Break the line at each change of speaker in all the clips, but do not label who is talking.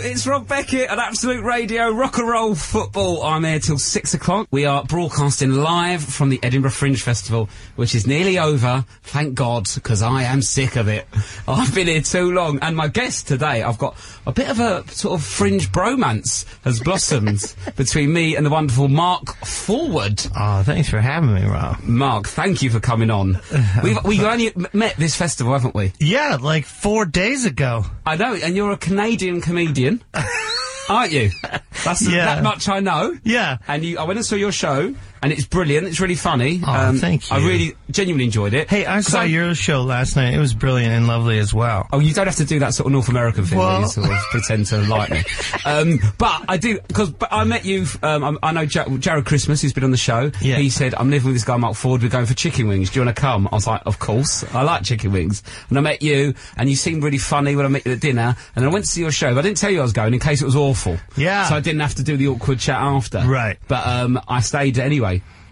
It's Rob Beckett at Absolute Radio, rock and roll football. I'm here till six o'clock. We are broadcasting live from the Edinburgh Fringe Festival, which is nearly over. Thank God, because I am sick of it. I've been here too long. And my guest today, I've got a bit of a sort of fringe bromance has blossomed between me and the wonderful Mark Forward.
Oh, thanks for having me, Rob.
Mark, thank you for coming on. We've, we've only m- met this festival, haven't we?
Yeah, like four days ago.
I know, and you're a Canadian comedian, aren't you? That's
Yeah.
that much I know.
Yeah.
And you, I went and saw your show, and it's brilliant. It's really funny. Um,
Aw, Oh, thank
I
you.
really genuinely enjoyed it.
Hey, I
'Cause
saw your show last night. It was brilliant and lovely as well.
Oh, you don't have to do that sort of North American thing where you
Well-
sort of pretend to like me. Um, but I do because I met you. f- Um, I'm- I know Ja- Jared Christmas, who's been on the show.
Yeah.
He said, "I'm living with this guy Mark Ford. We're going for chicken wings. Do you want to come?" I was like, "Of course. I like chicken wings." And I met you, and you seemed really funny when I met you at dinner. And I went to see your show. But I didn't tell you I was going in case it was awful.
Yeah.
So I didn't have to do the awkward chat after.
Right.
But um, I stayed anyway.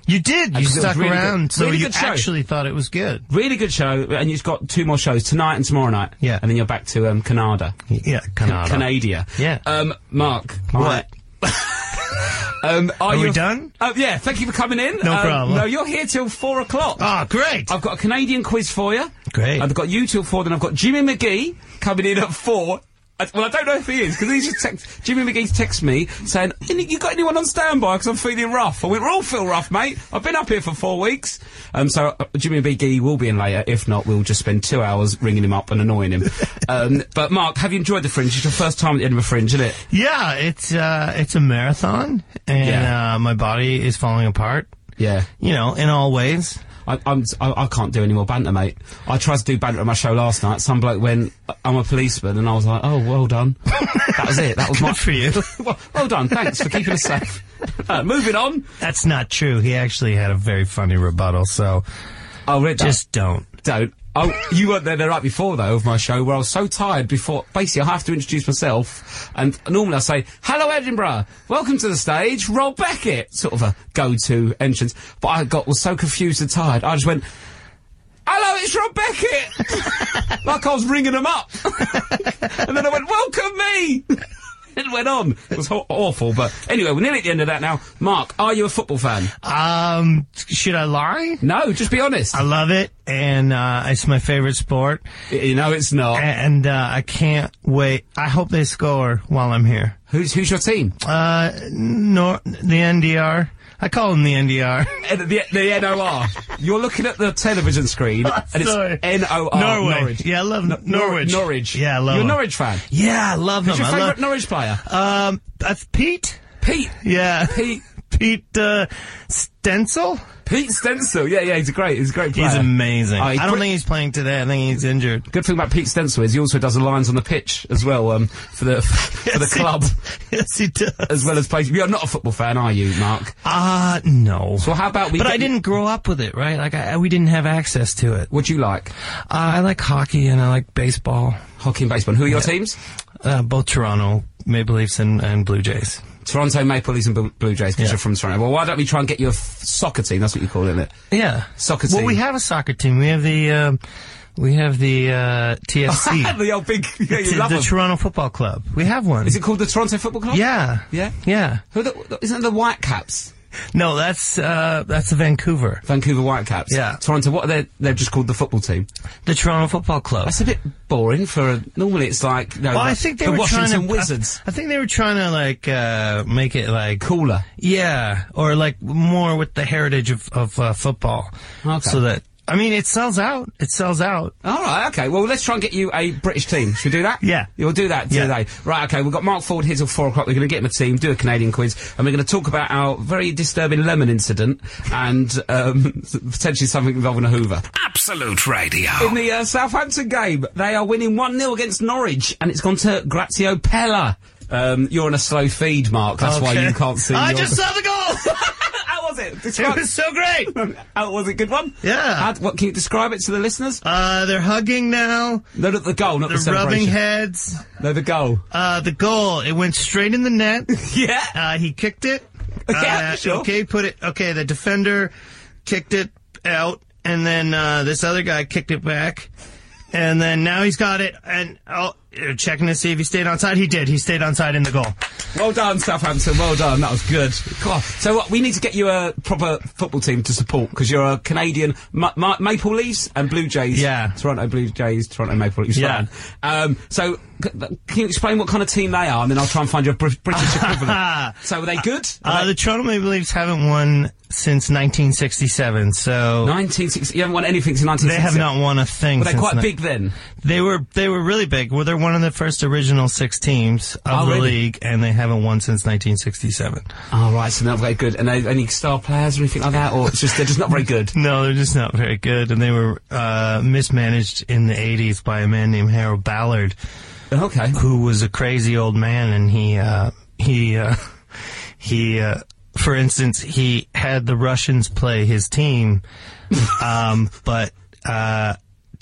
You did. You
Because it was
stuck
really good-
around, so
really
you
good show.
actually thought it was good.
Really good show, and you've got two more shows tonight and tomorrow night.
Yeah.
And then you're back to um, Canada.
Yeah, Canada.
Canada.
Yeah.
Um, Mark.
What?
I- Um, are
Are
you
we done?
Oh, yeah. Thank you for coming in.
No
Um,
problem.
No, you're here till four o'clock.
Oh, great.
I've got a Canadian quiz for you.
Great.
I've got you till four. Then I've got Jimmy McGee coming in at four. I, well, I don't know if he is because he's just text, Jimmy McGee texted me saying, "Any- "You got anyone on standby? Because I'm feeling rough." I went, "We all feel rough, mate. I've been up here for four weeks." Um, so uh, Jimmy McGee will be in later. If not, we'll just spend two hours ringing him up and annoying him. um, but Mark, have you enjoyed the Fringe? It's your first time at the Edinburgh Fringe, isn't it?
Yeah, it's uh, it's a marathon, and
Yeah.
uh, my body is falling apart.
Yeah.
You know, in all ways.
I, I'm, I, I can't do any more banter, mate. I tried to do banter at my show last night. Some bloke went, I'm a policeman, and I was like, oh, well done. that was it. That was my.
Good for you.
well, well done. Thanks for keeping us safe. Uh, moving on.
That's not true. He actually had a very funny rebuttal, so
Oh, Rich,
just don't.
don't. Oh, you weren't there the night before, though, of my show, where I was so tired before. Basically, I have to introduce myself, and normally I say, Hello, Edinburgh. Welcome to the stage. Rob Beckett. Sort of a go to entrance. But I got was so confused and tired, I just went, Hello, it's Rob Beckett! like I was ringing them up. and then I went, Welcome me! it went on. It was ho- awful, but anyway, we're nearly at the end of that now. Mark, are you a football fan?
Um, should I lie?
No, just be honest.
I love it, and uh, it's my favorite sport.
Y- you know it's not.
and uh, I can't wait. I hope they score while I'm here.
who's who's your team?
Uh, nor- the NDR. I call them the NDR.
Uh, the, the NOR. You're looking at the television screen, and
Sorry.
it's NOR.
Norwich.
Oh, Norwich.
Yeah, I love N-
Nor-
Norwich.
Norwich.
Yeah, I
You're
love
a
them.
Norwich fan.
Yeah, I love them.
Who's your
I
favourite
love-
Norwich player?
um, that's Pete.
Pete.
Yeah,
Pete.
Pete uh, Stencil.
Pete Stencil. Yeah, yeah, he's a great, he's a great player.
He's amazing.
Oh, he
I don't
quit-
think he's playing today. I think he's injured.
Good thing about Pete Stencil is he also does the lines on the pitch as well um, for the for the
Yes, he-
club
yes, he does.
as well as plays. You're not a football fan, are you, Mark?
Ah, no.
So how about we?
But
get
I
you-
didn't grow up with it, right? Like I, we didn't have access to it.
What do you like?
Uh, I like hockey and I like baseball.
Hockey and baseball. Who are your teams?
Uh, both Toronto Maple Leafs and, and Blue Jays.
Toronto Maple Leafs and Bl- Blue Jays because
Yeah.
you're from Toronto. Well, why don't we try and get you a f- soccer team? That's what you call it, isn't it?
Yeah,
Soccer
Well,
team.
we have a soccer team. We have the um, we have the uh, TFC,
the old big. Yeah, you
the,
love
the
'em.
Toronto Football Club. We have one.
Is it called the Toronto Football Club?
yeah,
Yeah?
yeah.
Who the, isn't it the Whitecaps?
No, that's uh, that's Vancouver.
Vancouver Whitecaps.
Yeah.
Toronto. What are they? They're just called the football team.
The Toronto Football Club.
That's a bit boring for. A, normally, it's like. No,
Well, I
like
think they
the
were
Washington
trying to
Wizards.
I, I think they were trying to like uh, make it like
Cooler.
Yeah, or like more with the heritage of, of uh, football.
Okay.
So that I mean, it sells out. It sells out.
All right, okay. Well, let's try and get you a British team. Should we do that?
Yeah.
You'll do that
Yeah.
today. Right, okay. We've got Mark Ford here till four o'clock. We're going to get him a team, do a Canadian quiz, and we're going to talk about our very disturbing lemon incident and um, potentially something involving a Hoover.
Absolute Radio.
In the uh, Southampton game, they are winning 1 0 against Norwich, and it's gone to Grazio Pella. Um, you're on a slow feed, Mark. That's why
Okay.
you can't see.
I
your-
just saw the goal.
How was it?
it
Describe-
was so great.
How was it? Good one?
Yeah.
How, what, can you describe it to the listeners?
Uh, they're hugging now.
No, not the goal, not the
They're rubbing
celebration.
heads.
no, the goal.
Uh, the goal. It went straight in the net.
yeah.
Uh, he kicked it.
Yeah,
uh,
sure.
Okay, put it. Okay, the defender kicked it out, and then uh, this other guy kicked it back, and then now he's got it, and oh, uh, checking to see if he stayed onside. He did. He stayed onside in the goal.
Well done, Southampton. Well done. That was good. God. So what? We need to get you a proper football team to support because you're a Canadian Ma- Ma- Maple Leafs and Blue Jays.
Yeah.
Toronto Blue Jays, Toronto Maple Leafs.
Yeah.
fan. Um. So c- can you explain what kind of team they are, and then I'll try and find you a Br- British equivalent. So are they good?
Uh, the Toronto Maple Leafs haven't won since 1967, so
1960. You haven't won anything since
they have
1960.
not won a thing.
Were they
since
quite
ni-
big then?
They were they were really big. Well, they're one of the first original six teams of
Oh,
the
really?
league, and they haven't won since 1967.
Oh, right. So they're not very good. And they, any star players or anything like that, or it's just they're just not very good.
No, they're just not very good, and they were uh, mismanaged in the 80s by a man named Harold Ballard,
Okay.
who was a crazy old man, and he uh, he uh, he. Uh, for instance, he had the Russians play his team, um, but uh,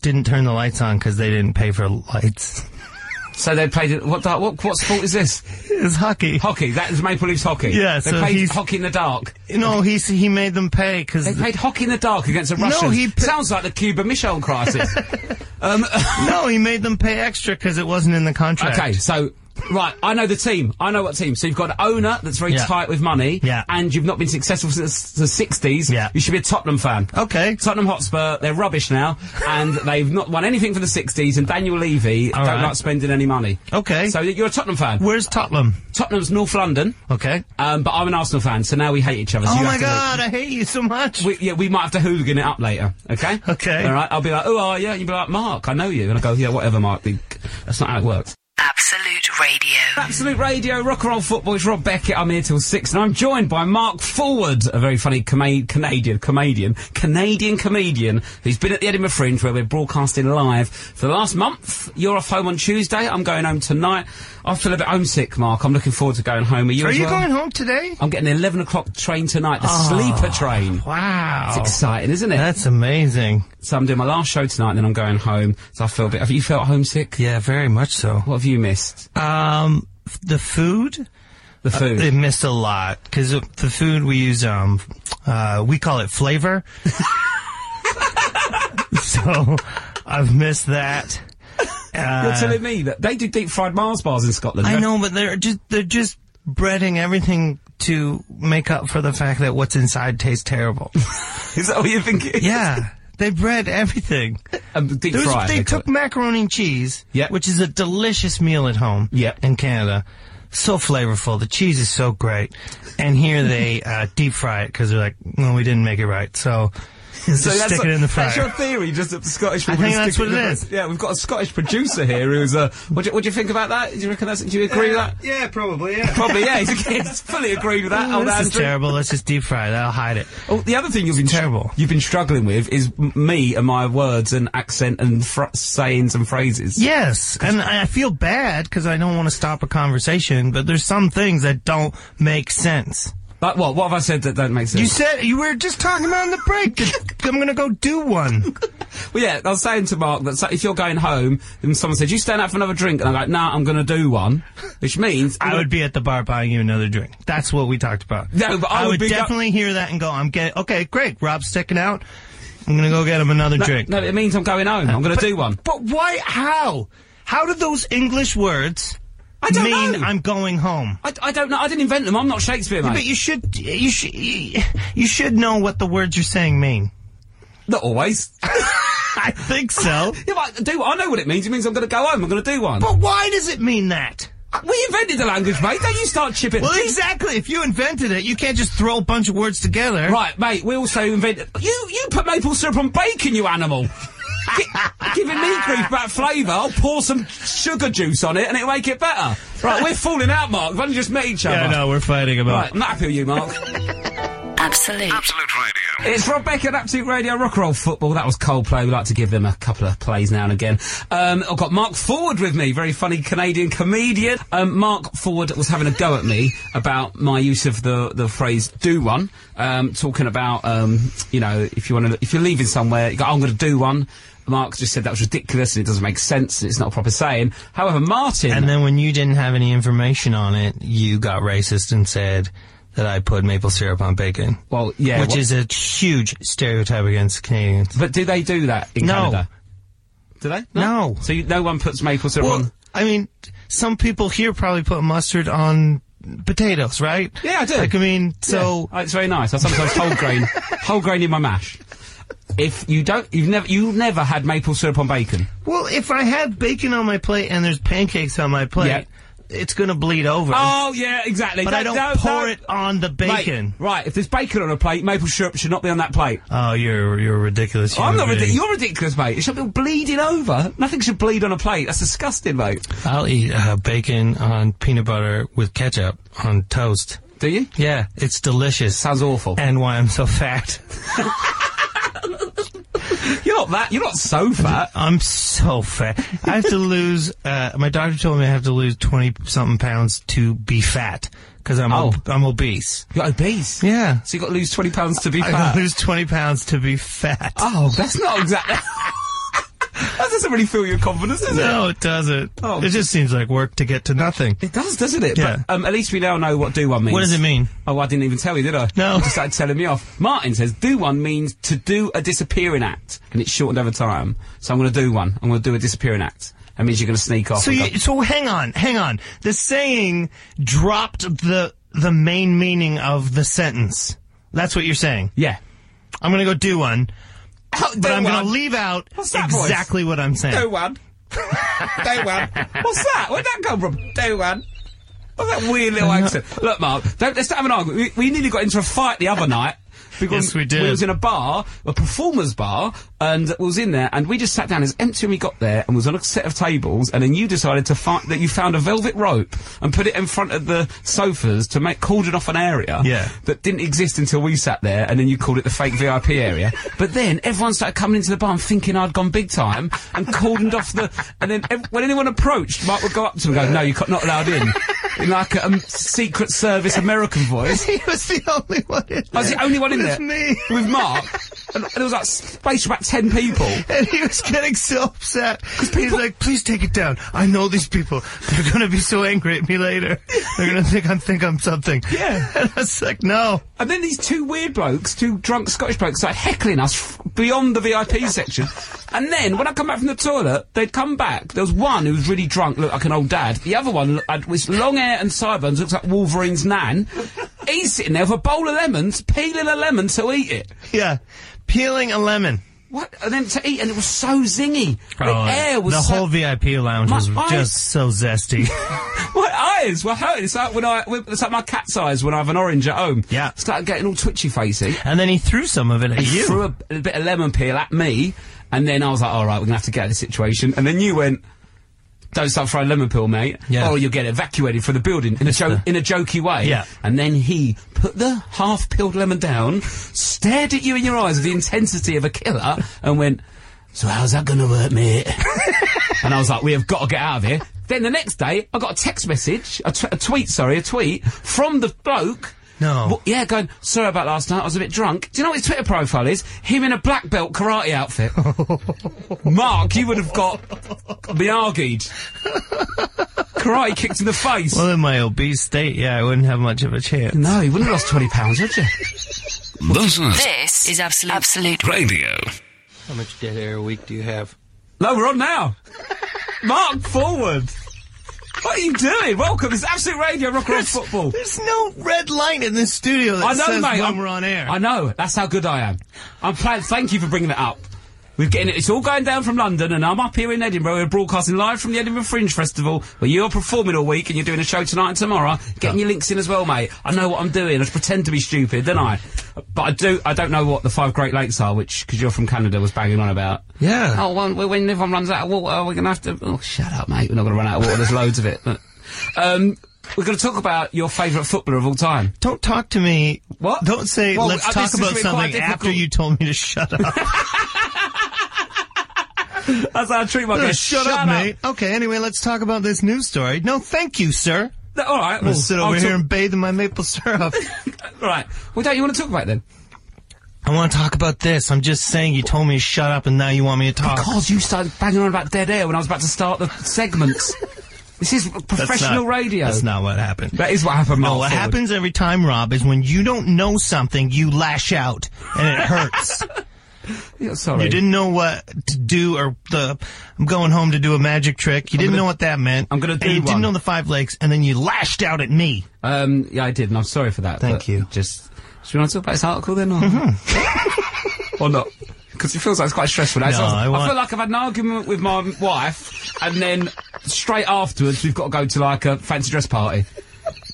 didn't turn the lights on because they didn't pay for lights.
So they played it- what? di- What? What sport is this?
It's hockey.
Hockey. That is Maple Leafs hockey.
Yeah,
They
so
played
he's-
hockey in the dark.
No, he he made them pay because
They played hockey in the dark against the Russians.
he pa-
sounds like the Cuba Michelle crisis. um,
No, he made them pay extra because it wasn't in the contract.
okay, so. Right, I know the team. I know what team. So you've got an owner that's very
Yeah.
tight with money,
Yeah.
and you've not been successful since the sixties.
Yeah. Oh.
You should be a Tottenham fan.
Okay.
Tottenham Hotspur, they're rubbish now, and they've not won anything for the sixties. And Daniel Levy don't
right.
like spending any money.
Okay.
So you're a Tottenham fan.
Where's Tottenham?
Tottenham's North London,
Okay.
um, but I'm an Arsenal fan, so now we hate each other. So
oh
you
my
have to leave.
God, I hate you so much.
We, yeah, we might have to hooligan it up later. Okay.
Okay.
All right. I'll be like, "Oh, "Who are you?" And you'll be like, "Mark, I know you." And I go, "Yeah, whatever, Mark. The- That's not how it works."
Absolute Radio.
Absolute Radio, rock and roll football. It's Rob Beckett. I'm here till six, and I'm joined by Mark Forward, a very funny coma- Canadian, comedian, Canadian comedian who's been at the Edinburgh Fringe, where we're broadcasting live for the last month. You're off home on Tuesday. I'm going home tonight. I feel a bit homesick, Mark. I'm looking forward to going home. Are you?
Are
as
you
well?
going Ah. home today?
I'm getting the eleven o'clock train tonight, the sleeper train.
Wow.
It's exciting, isn't it?
That's amazing.
So I'm doing my last show tonight, and then I'm going home. So I feel a bit. Have you felt homesick?
Yeah, very much so.
What have you missed?
Um, f- the food.
The food.
They missed a lot because the food we use, um, uh, we call it flavor. so I've missed that. Uh,
You're telling me that they do deep fried Mars bars in Scotland.
I know, but they're just they're just breading everything to make up for the fact that what's inside tastes terrible.
Is that what you're thinking?
yeah. They bread everything.
Um, deep
There was-
fried.
they
call
took macaroni and cheese,
Yep.
which is a delicious meal at home
Yep.
in Canada. So flavorful. The cheese is so great. And here they uh, deep fry it because they're like, well, we didn't make it right. So,
it.
just stick
what-
it in the
That's your
fryer.
theory, just that the Scottish.
I
people
think
stick
that's
it
what
in
it
the-
is.
Yeah, we've got a Scottish producer here who's. Uh, what, do, you- what do you think about that? Do you reckon that's? Do you agree with that?
Yeah, probably, yeah.
Probably, yeah. He's, he's fully agreed with that. old
this is
Andrew.
terrible. Let's just deep fry it. I'll hide it.
Oh, the other thing you've been
Terrible.
you've been struggling with is m- me and my words and accent and fr- sayings and phrases.
Yes, and I I feel bad because I don't want to stop a conversation, but there's some things that don't make sense.
Like what? What have I said that don't make sense?
You said you were just talking about in the break. that I'm gonna go do one.
Well, yeah, I was saying to Mark that so- if you're going home and someone said, you stand out for another drink, and I'm like, nah, I'm going to do one, which means
I would be at the bar buying you another drink. That's what we talked about.
No, but I would
would
be go-
definitely hear that and go, "I'm getting okay, great." Rob's sticking out. I'm gonna go get him another drink.
No, it means I'm going home. I'm going to do one.
But why? How? How did those English words
I don't
mean
know.
I'm going home?
I, I don't know. I didn't invent them. I'm not Shakespeare, mate.
But you should you should you should know what the words you're saying mean.
not always.
I think so.
yeah, but I do. I know what it means. It means I'm going to go home. I'm going to do one.
But why does it mean that?
we invented the language, mate. Don't you start chipping.
Well, exactly. If you invented it, you can't just throw a bunch of words together.
Right, mate. We also invented. You you put maple syrup on bacon, you animal. Gi- giving me grief about flavour. I'll pour some sugar juice on it, and it'll make it better. Right, we're falling out, Mark. We've only just met each other.
Yeah, no, we're fighting about.
Right, I'm not happy with you, Mark.
Absolute.
Absolute Radio.
It's Rob Beck at Absolute Radio Rock and Roll Football. That was Coldplay. We like to give them a couple of plays now and again. Um, I've got Mark Forward with me, very funny Canadian comedian. Um, Mark Forward was having a go at me about my use of the, the phrase "do one," um, talking about um, you know if you want to if you're leaving somewhere, you go, "I'm going to do one." Mark just said that was ridiculous and it doesn't make sense and it's not a proper saying. However, Martin,
And then when you didn't have any information on it, you got racist and said that I put maple syrup on bacon,
well, yeah,
which
wha-
is a huge stereotype against Canadians.
but do they do that in
No.
Canada? Do they?
No.
So you, no one puts maple syrup
Well,
on.
I mean, some people here probably put mustard on potatoes, right?
Yeah, I do.
Like, I mean, so
Uh, It's very nice. I sometimes whole grain, whole grain in my mash. If you don't, you've never, you've never had maple syrup on bacon.
well, if I had bacon on my plate and there's pancakes on my plate,
Yeah.
it's gonna bleed over.
Oh yeah, exactly.
but I don't pour it on the bacon.
right, if there's bacon on a plate, maple syrup should not be on that plate.
Oh, you're you're a ridiculous.
Oh, I'm not
human
ridiculous.
being.
You're ridiculous, mate. It should be bleeding over. Nothing should bleed on a plate. That's disgusting, mate.
I'll eat uh, bacon on peanut butter with ketchup on toast.
Do you?
Yeah, it's delicious.
Sounds awful.
and why I'm so fat.
You're not that. You're not so fat.
I'm so fat. I have to lose. Uh, my doctor told me I have to lose twenty something pounds to be fat because I'm
Oh.
ob- I'm obese.
You're obese.
Yeah,
So you got to lose twenty pounds to be
I gotta
fat.
lose twenty pounds to be fat.
Oh, that's not exactly. that doesn't really fill your confidence, does it?
no, it doesn't.
Oh.
It just seems like work to get to nothing.
It does, doesn't it?
Yeah.
But um, at least we now know what do one means.
What does it mean?
Oh, I didn't even tell you, did I?
No.
You just started telling me off. Martin says, do one means to do a disappearing act. And it's shortened over time. So I'm going to do one. I'm going to do a disappearing act. That means you're going to sneak off.
So
and
you, so hang on, hang on. The saying dropped the the main meaning of the sentence. That's what you're saying.
go- yeah.
I'm gonna go do one,
Oh, do
but I'm
one.
gonna leave out
What's that voice?
exactly what I'm saying.
Do one. do one. What's that? Where'd that come from? Do one. What's that weird little accent? Look, Mark, don't, let's not have an argument. We, we nearly got into a fight the other night. Because
Yes, we did.
was in a bar, a performer's bar, and we was in there, and we just sat down. It was empty when we got there, and was on a set of tables, and then you decided to find that you found a velvet rope and put it in front of the sofas to make cordon off an area
Yeah.
that didn't exist until we sat there, and then you called it the fake VIP area. But then everyone started coming into the bar and thinking I'd gone big time and cordoned off the. And then ev- when anyone approached, Mike would go up to him and go, "No, you're not allowed in." In like a um, Secret Service American voice.
he was the only one. In
I was the Oh, only one in
With
there
me.
with Mark, and, and there was like space for about ten people.
And he was getting so upset. He's like, please take it down. I know these people. They're going to be so angry at me later. They're going to think I'm, think I'm something.
Yeah.
And I was like, no.
And then these two weird blokes, two drunk Scottish blokes, started heckling us f- beyond the VIP section. And then when I come back from the toilet, they'd come back. There was one who was really drunk, looked like an old dad. The other one lo- had was long hair and sideburns, looks like Wolverine's nan. He's sitting there with a bowl of lemons, peeling a lemon to eat it.
Yeah. Peeling a lemon.
What? And then to eat, and it was so zingy. the air was
Oh, the
so-
whole VIP lounge
My
was
eyes-
just so zesty.
My eyes were hurting. It's like when I, it's like my cat's eyes when I have an orange at home.
Yeah.
Started getting all twitchy facey.
and then he threw some of it at
He
you.
threw a, a bit of lemon peel at me, and then I was like, all right, we're going to have to get out of this situation. And then you went, don't start throwing lemon peel, mate,
Yeah.
or you'll get evacuated from the building in a, jo- in a jokey way.
Yeah.
And then he put the half-peeled lemon down, stared at you in your eyes with the intensity of a killer, and went, so how's that going to work, mate? and I was like, we have got to get out of here. Then the next day, I got a text message, a, t- a tweet, sorry, a tweet from the bloke
No.
Wh- yeah, going, sorry about last night, I was a bit drunk. Do you know what his Twitter profile is? Him in a black belt karate outfit. Mark, you would have got miyagi'd. karate kicked in the face.
Well, in my obese state, yeah, I wouldn't have much of a chance.
no, you wouldn't have lost 20 pounds, would you?
This is
This is Absolute, Absolute
radio.
How much dead air a week do you have?
No, we're on now. Mark, forward. What are you doing? Welcome, it's Absolute Radio, Rock and Roll Football.
There's no red light in this studio that
I know,
says
mate.
when
I'm-
we're on air.
I know. That's how good I am. I'm playing. Thank you for bringing that up. We're getting it. It's all going down from London, and I'm up here in Edinburgh. We're broadcasting live from the Edinburgh Fringe Festival, where you're performing all week, and you're doing a show tonight and tomorrow. Getting your links in as well, mate. I know what I'm doing. I just pretend to be stupid, don't I? But I do. I don't know what the five Great Lakes are, which because you're from Canada was banging on about.
Yeah.
Oh, well, when when everyone runs out of water, we're gonna have to. Oh, shut up, mate. We're not gonna run out of water. There's loads of it. But, um, we're gonna talk about your favourite footballer of all time.
Don't talk to me.
What?
Don't say,
Well,
let's
uh,
talk
this is
about
really quite
something
difficult.
after you told me to shut up.
That's how I treat my guests.
shut, up, mate. Okay, anyway, let's talk about this news story. No, thank you, sir.
No, all right,
I'm
well,
gonna sit
I'll
over here
talk-
and bathe in my maple syrup.
all right. Well, don't you want to talk about it then?
I want to talk about this. I'm just saying you told me to shut up and now you want me to talk.
Because you started banging on about dead air when I was about to start the segments. this is
That's
professional
not-
radio.
That's not what happened.
That is what happened. Mark
No, what
Forward.
happens every time, Rob, is when you don't know something, you lash out and it hurts.
Yeah, sorry.
You didn't know what to do, or the I'm going home to do a magic trick. You didn't
gonna-
know what that meant.
I'm gonna
And
do
You
one.
didn't know the five legs, and then you lashed out at me.
Um, yeah, I did, and I'm sorry for that.
Thank
but
you.
Just, should we want to talk about this article then, or, or not? Because it feels like it's quite stressful. now. So
Mm-hmm. No, I want-
feel like I've had an argument with my wife, and then straight afterwards we've got to go to like a fancy dress party,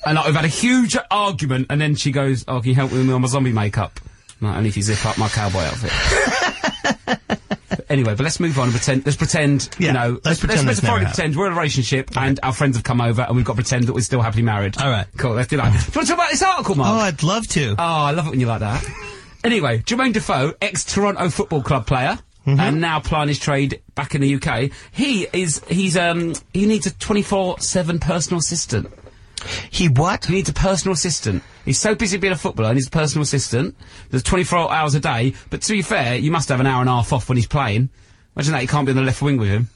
and like, we've had a huge argument, and then she goes, "Oh, can you help me with my zombie makeup?" I'm Like, only if you zip up my cowboy outfit. But Anyway, but let's move on and pretend. Let's pretend, you
Yeah,
know,
let's pretend
let's
this never
metaphorically
happened.
pretend we're in a relationship and our friends have come over and we've got to pretend that we're still happily married.
All right.
Cool, let's do that. Do you want to talk about this article, Mark?
Oh, I'd love to.
Oh, I love it when you like that. anyway, Jermaine Defoe, ex Toronto Football Club player. And now plying his trade back in the UK. He is, he's, um, he needs a 24-7 personal assistant.
he what?
He needs a personal assistant. He's so busy being a footballer and he's a personal assistant. There's 24 hours a day, but to be fair, you must have an hour and a half off when he's playing. Imagine that, he can't be on the left wing with him.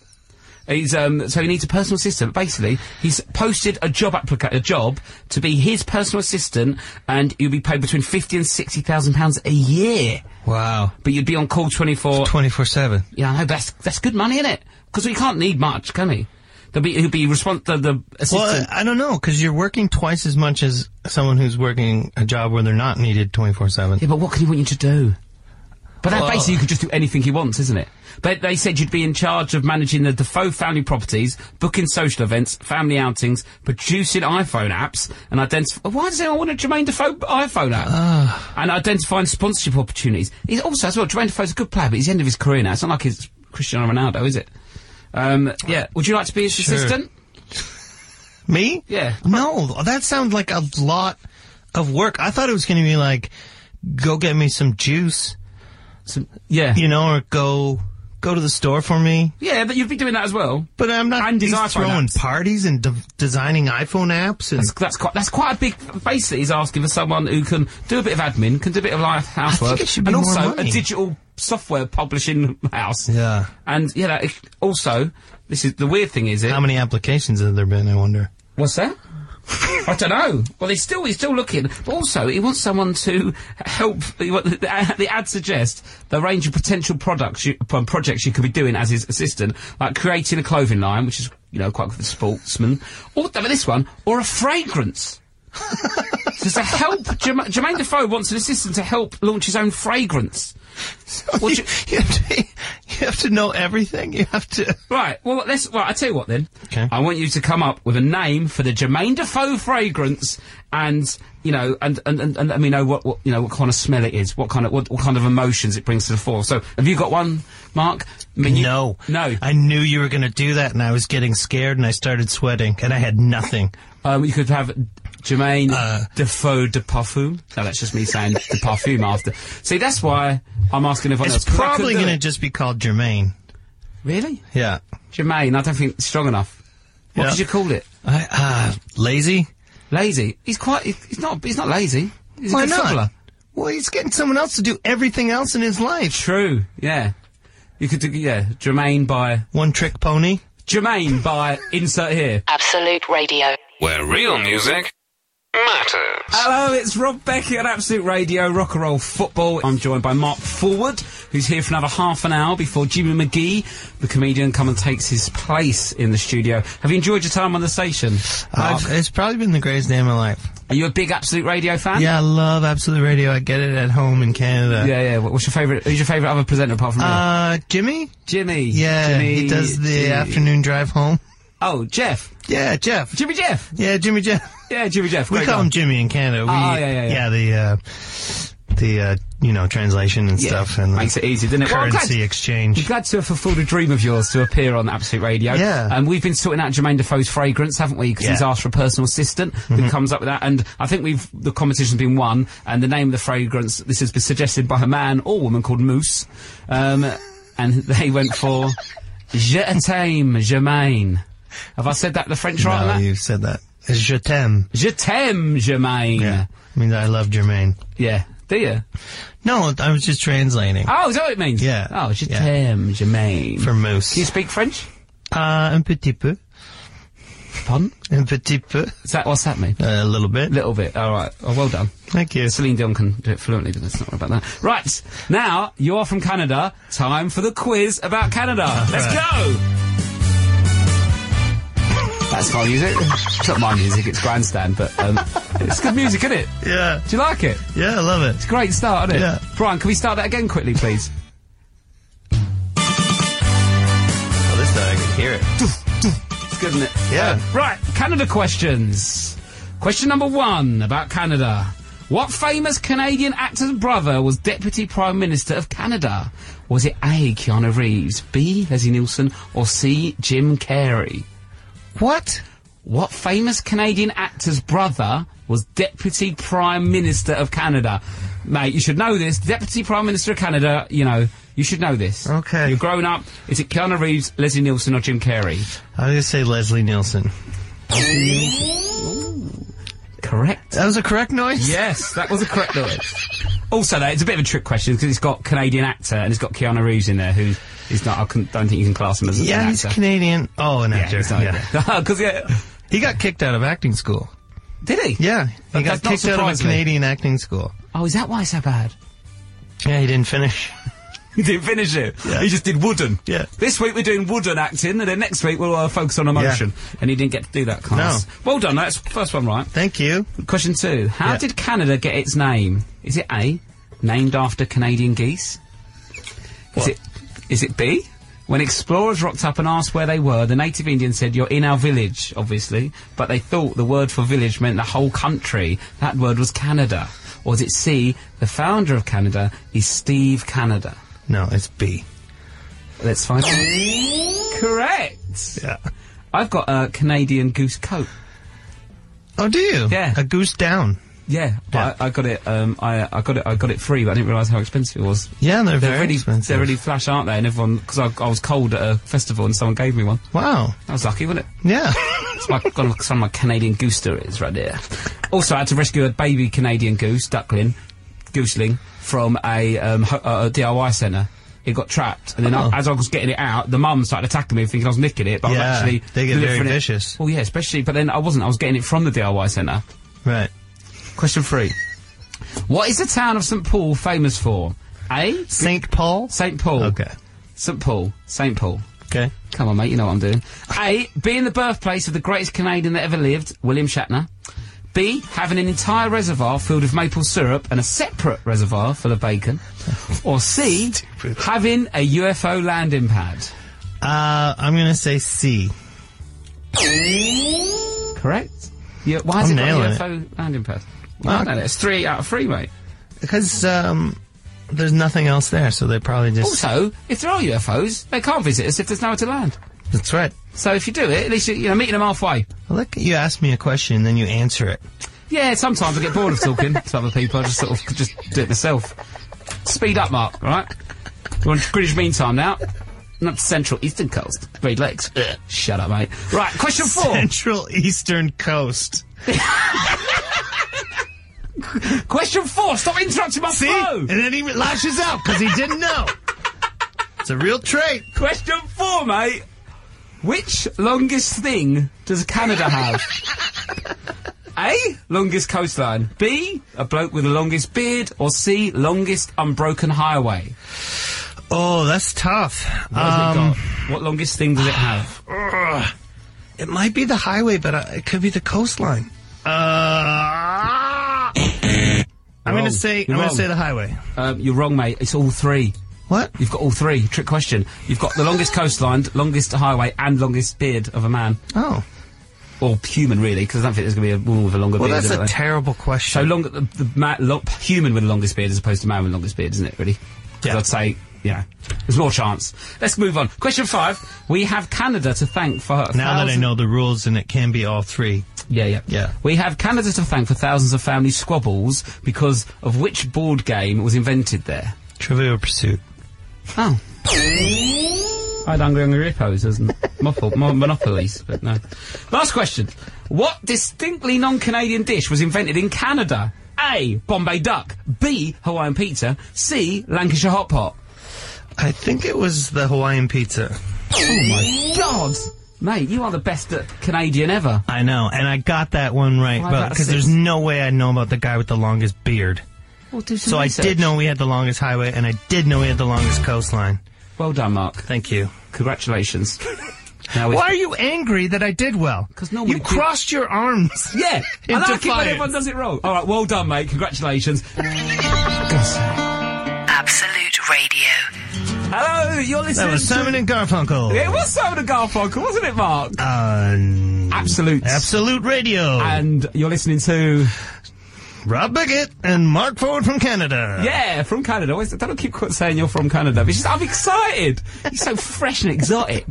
He's, um, so he needs a personal assistant. Basically, he's posted a job applica- a job to be his personal assistant and you'll be paid between 50 and 60,000 pounds a year.
Wow.
But you'd be on call 24
Twenty four seven.
yeah, I know, that's, that's good money, isn't it? Because he can't need much, can he? There'll be, he'll be respons- the, the assistant.
Well, I I don't know because you're working twice as much as someone who's working a job where they're not needed twenty four seven.
Yeah, but what can he want you to do? But that
Well-
basically you can just do anything he wants, isn't it? But they said you'd be in charge of managing the Defoe family properties, booking social events, family outings, producing iPhone apps, and identifying. Why does anyone want a Jermaine Defoe iPhone app? and identifying sponsorship opportunities. He's also as well. Jermaine Defoe's a good player, but he's the end of his career now. It's not like he's Cristiano Ronaldo, is it? Um, yeah. Would you like to be his assistant?
Me?
Yeah.
No, that sounds like a lot of work. I thought it was going to be like, go get me some juice,
Some, yeah.
you know, or go go to the store for me.
Yeah, but you'd be doing that as well.
But I'm not
And his
he's
iPhone
throwing
apps.
parties and de- designing iPhone apps. And
That's, that's quite that's quite a big. Basically, he's asking for someone who can do a bit of admin, can do a bit of life housework,
it should be
and
more
also
money.
a digital software publishing house.
Yeah.
and you know, it- also this is the weird thing is it.
how many applications have there been? I wonder.
What's that? I don't know. Well, he's still he's still looking, but also he wants someone to help. he wa- The ad, the ad suggests the range of potential products you, um, projects you could be doing as his assistant, like creating a clothing line, which is you know quite good for sportsmen, or I mean, this one, or a fragrance. Just to help Jermaine, Jermaine Defoe wants an assistant to help launch his own fragrance. Well,
you,
ju-
you have to, you have to know everything. You have to.
Right. Well, let's. Well, I tell you what then.
Okay.
I want you to come up with a name for the Jermaine Defoe fragrance, and you know, and and and, and let me know what, what you know what kind of smell it is, what kind of what, what kind of emotions it brings to the fore. So, have you got one, Mark? I mean, you-
No.
No.
I knew you were going to do that, and I was getting scared, and I started sweating, and I had nothing.
Um, you could have Jermaine
Uh.
Defoe de Parfum. No, that's just me saying de Parfum after. See, that's why I'm asking everyone
It's
else. 'cause I couldn't
probably
do
going to
it.
just be called Jermaine.
really
Yeah.
Jermaine. I don't think it's strong enough. What
Yeah.
could you call it?
I, uh, lazy?
Lazy. He's quite. He's not. He's not lazy. He's a
Why
good
not?
footballer.
Well, he's getting someone else to do everything else in his life.
True. Yeah. You could do, yeah, Jermaine by
One trick pony.
Jermaine by insert here.
Absolute Radio.
Where real music matters.
Hello, it's Rob Becky on Absolute Radio, Rock and Roll Football. I'm joined by Mark Forward, who's here for another half an hour before Jimmy McGee, the comedian, come and takes his place in the studio. Have you enjoyed your time on the station? Mark?
I've, it's probably been the greatest day of my life.
Are you a big Absolute Radio fan?
Yeah, I love Absolute Radio. I get it at home in Canada.
Yeah, yeah. What- What's your favourite? Who's your favourite other presenter apart from me?
Uh, Jimmy?
Jimmy?
Yeah,
Jimmy,
he does the
Jimmy.
afternoon drive home.
Oh, Jeff.
Yeah, Jeff.
Jimmy Jeff.
Yeah, Jimmy Jeff.
Yeah, Jimmy Jeff.
We
Great
call
guy.
him Jimmy in Canada. We,
Oh, yeah, yeah, yeah.
the uh, the uh, you know translation and
Yeah.
stuff and
Makes it easy, doesn't it? Well, I'm glad-
currency exchange.
Glad to have fulfilled a dream of yours to appear on Absolute Radio.
Yeah.
And we've been sorting out Jermaine Defoe's fragrance, haven't we? Because he's
Yeah. Mm-hmm.
asked for a personal assistant who comes up with that. And I think we've the competition's been won. And the name of the fragrance this has been suggested by a man or woman called Moose, um, and they went for Je t'aime, Jermaine. Have I said that the French right? on
No,
that?
Uh, you said that. It's Je t'aime.
Je t'aime, Jermaine.
Yeah, I mean I love Jermaine.
Yeah. Do you?
No, I was just translating
Oh, is that what it means?
Yeah.
Oh, je
Yeah.
t'aime, Jermaine.
for moose.
Do you speak French?
uh, un petit peu.
Pardon?
Un petit peu.
Is that what's that mean?
A little bit.
Little bit. All right. Oh, well done.
Thank you.
Celine Dion can do it fluently, but let's not worry about that. Right. Now, you're from Canada. Time for the quiz about Canada. Let's go! That's my music. It's not my music, it's grandstand, but um, it's good music, isn't it?
Yeah.
Do you like it?
Yeah, I love it.
It's a great start, isn't it?
Yeah.
Brian, can we start that again quickly, please?
Oh, this time I can hear it.
It's good, isn't it?
Yeah.
Uh, right, Canada questions. Question number one about Canada. What famous Canadian actor's brother was Deputy Prime Minister of Canada? Was it A. Keanu Reeves, B. Leslie Nielsen, or C. Jim Carrey?
What?
What famous Canadian actor's brother was Deputy Prime Minister of Canada? Mate, you should know this. Deputy Prime Minister of Canada, you know, you should know this.
Okay.
You're grown up. Is it Keanu Reeves, Leslie Nielsen, or Jim Carrey?
I was gonna say Leslie Nielsen.
Correct.
That was a correct noise?
Yes, that was a correct noise. Also, though, it's a bit of a trick question because it's got Canadian actor and it's got Keanu Reeves in there, who is not. I couldn't- don't think you can class him as an
Yeah,
actor.
he's Canadian. Oh, an actor.
he's not.
yeah.
because yeah,
He got kicked out of acting school.
did he?
Yeah. He
That-
got
that's not
kicked out of a
surprising.
Canadian acting school.
Oh, is that why it's so bad?
Yeah, he didn't finish.
He didn't finish it.
Yeah.
He just did wooden.
Yeah.
This week we're doing wooden acting, and then next week we'll uh, focus on emotion. And he didn't get to do that class.
No.
Well done. That's the first one right.
Thank you.
Question two: How
Yeah.
did Canada get its name? Is it A, named after Canadian geese? Is it is it B? When explorers rocked up and asked where they were, the native Indians said, "You're in our village," obviously, but they thought the word for village meant the whole country. That word was Canada. Or is it C? The founder of Canada is Steve Canada.
No, it's B.
Let's find out. Correct.
Yeah.
I've got a Canadian goose coat.
Oh, do you?
Yeah.
A goose down.
Yeah, but I, I got it. Um, I, I got it. I got it free, but I didn't realise how expensive it was.
Yeah, they're,
They're
very
really,
expensive.
they're really flash, aren't they? And everyone, because I, I was cold at a festival and someone gave me one.
Wow.
I was lucky, wasn't it?
Yeah.
It's my, got a- some of my Canadian goose stories right there. Also, I had to rescue a baby Canadian goose, duckling, gooseling, from a, um, ho- uh, a DIY centre. It got trapped, and then
Oh.
I, as I was getting it out, the mum started attacking me, thinking I was nicking it, but I
Yeah,
was actually
they get very
delivering it-
vicious.
Well, yeah, especially. But then I wasn't. I was getting it from the DIY centre.
right.
Question three. What is the town of St. Paul famous for? A.
St. Paul?
St. Paul.
Okay.
St. Paul. St. Paul.
Okay.
Come on, mate, you know what I'm doing. A. Being the birthplace of the greatest Canadian that ever lived, William Shatner. B. Having an entire reservoir filled with maple syrup and a separate reservoir full of bacon. Or C. Having a UFO landing pad.
Uh, I'm going to say C.
Correct? Yeah, why is
I'm
it got
nailing
a
it.
UFO landing pad?
Ah.
I don't know, it's three out of three, mate.
Because um, there's nothing else there, so they probably just.
Also, if there are UFOs, they can't visit us if there's nowhere to land.
That's right.
So if you do it, at least you, you know, meeting them halfway.
Look, you ask me a question, then you answer it.
Yeah, sometimes I get bored of talking to other people. I just sort of just do it myself. Speed up, Mark. all Right? We're on British Mean Time now. Not Central Eastern Coast. Great Lakes. Ugh, Shut up, mate. Right, question
Oh.
four.
Central Eastern Coast.
question four. Stop interrupting my
See?
flow.
And then he lashes out because he didn't know. It's a real trait.
Question four, mate. Which longest thing does Canada have? A. Longest coastline. B. A bloke with the longest beard. Or C. Longest unbroken highway.
Oh, that's tough.
What, has
Um,
it got? what longest thing does it have?
it might be the highway, but uh, it could be the coastline. Uh, I'm
Wrong.
gonna say
You're
I'm
wrong.
gonna say the highway.
Um, you're wrong, mate. It's all three.
What?
You've got all three. Trick question. You've got the longest coastline, longest highway, and longest beard of a man.
Oh,
Or human, really, because I don't think there's going to be a woman with a longer
well,
beard.
that's
is
a
there?
terrible
So
question.
long, the, the ma- lo- human with the longest beard as opposed to man with the longest beard, isn't it, really? 'Cause
Yeah.
I'd say, you know, there's more chance. Let's move on. Question five. We have Canada to thank for...
now that I
thousands-
know the rules, and it can be all three.
Yeah, yeah.
Yeah.
We have Canada to thank for thousands of family squabbles because of which board game was invented there.
Trivial Pursuit.
Oh. I had Hungry Hungry Hippos as muffle, mo- monopolies, but no. Last question. What distinctly non-Canadian dish was invented in Canada? A. Bombay duck. B. Hawaiian pizza. C. Lancashire hot pot.
I think it was the Hawaiian pizza.
Oh my god! Mate, you are the best at Canadian ever.
I know, and I got that one right,
Five out
but
of
because
six.
there's no way I'd know about the guy with the longest beard.
Well, do some
So I
research.
did know we had the longest highway, and I did know we had the longest coastline.
Well done, Mark.
Thank you.
Congratulations. now it's
Why are you angry that I did well?
'Cause normally
you
peop-
crossed your arms.
Yeah,
In
I like it when
defiance.
everyone does it wrong. All right, well done, mate. Congratulations. Goodness.
Absolute Radio.
Hello, you're listening.
That was
to-
Simon and Garfunkel.
It was Simon and Garfunkel, wasn't it, Mark?
on
Absolute.
Absolute Radio.
And you're listening to
Rob Biggett and Mark Ford from Canada.
yeah from Canada. Always, I don't keep quite saying you're from Canada, but it's just, I'm excited. You're so fresh and exotic.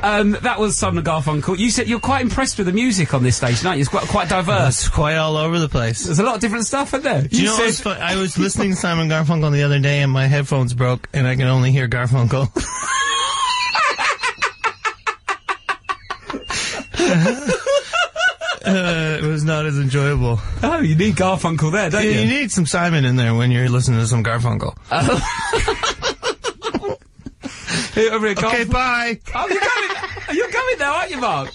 Um, that was Simon and Garfunkel. You said you're quite impressed with the music on this station, aren't you? It's quite quite diverse.
It's quite all over the place.
There's a lot of different stuff in there.
Do you, know
said-
what's fu- I was listening to Simon Garfunkel the other day and my headphones broke and I could only hear Garfunkel. Uh-huh. Uh, it was not as enjoyable.
oh, you need Garfunkel there, don't
You need some Simon in there when you're listening to some Garfunkel.
Here, over here,
okay,
Garfunkel.
bye.
Oh, you're going, you're going now, aren't you, Mark?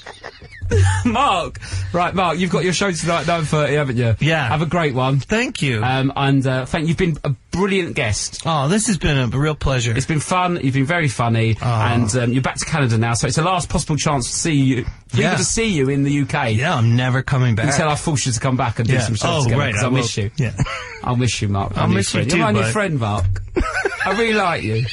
Mark, right, Mark, you've got your show tonight, nine thirty, haven't you?
Yeah.
Have a great one,
Thank you.
um, and uh, thank you've been a brilliant guest.
oh, this has been a real pleasure.
It's been fun. You've been very funny,
Ah.
and um, you're back to Canada now, so it's the last possible chance to see you, for
Yeah.
people to see you in the UK
Yeah, I'm never coming back.
until I force you to come back and do
yeah.
some shows
oh,
together
right.
'cause I,
will.
miss you.
Yeah.
I miss you, Mark. I'm your
miss you
friend.
too,
You're my new
bud.
friend, Mark. I really like you.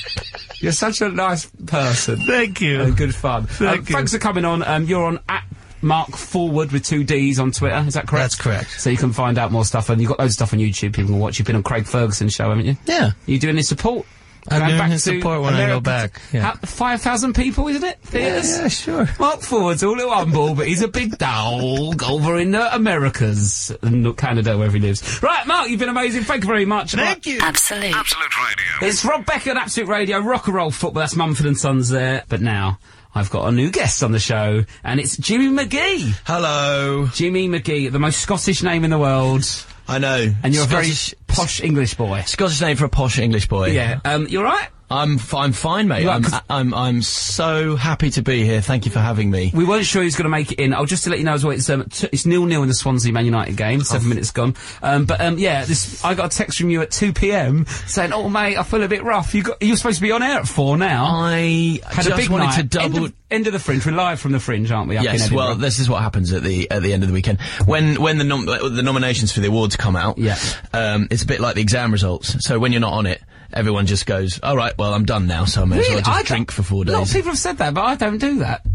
You're such a nice person.
Thank you.
and good fun.
Thank
um,
you.
Thanks for coming on. Um, you're on at Mark Forward with two D's on Twitter. Is that correct?
That's correct.
So you can find out more stuff, and you've got loads of stuff on YouTube. People can watch. You've been on Craig Ferguson's show, haven't you?
Yeah.
You doing his support?
I'm
Going
doing
back
his
to
support when I go
America?
back, yeah.
Ha- Five thousand people, isn't it? Theatres?
Yeah, sure.
Mark Forward's all little humble, but he's a big dog over in the Americas and Canada, wherever he lives. Right, Mark, you've been amazing. Thank you very much. Right.
Thank you.
Absolute.
Absolute Radio.
It's Rob Becker on Absolute Radio, rock and roll football. That's Mumford and Sons there. But now I've got a new guest on the show, and it's Jimmy McGee.
Hello.
Jimmy McGee, the most Scottish name in the world,
I know.
and you're
Scottish,
a very posh English boy.
Scottish name for a posh English boy.
Yeah, um, you're right.
I'm f- I'm fine, mate.
You are,
I'm,
'cause-
I'm I'm so happy to be here. Thank you for having me.
We weren't sure he was going to make it in. I'll just to let you know as well. It's um, t- it's nil nil in the Swansea Man United game. Seven minutes gone. Um, but um, yeah, this I got a text from you at two p.m. saying, "Oh mate, I feel a bit rough. You got you're supposed to be on air at four now."
I
Had
just
a big
wanted
night.
to
End
double.
of, end of the fringe. We're live from the fringe, aren't we? up in
Yes, well,
Edinburgh?
this is what happens at the at the end of the weekend when when the nom- uh, the nominations for the awards come out.
Yeah.
um, it's a bit like the exam results. So when you're not on it, everyone just goes, "All right, well, I'm done now, so I may as well
Really?
just
I don't-
drink for four
A lot of
days."
people have said that, but I don't do that.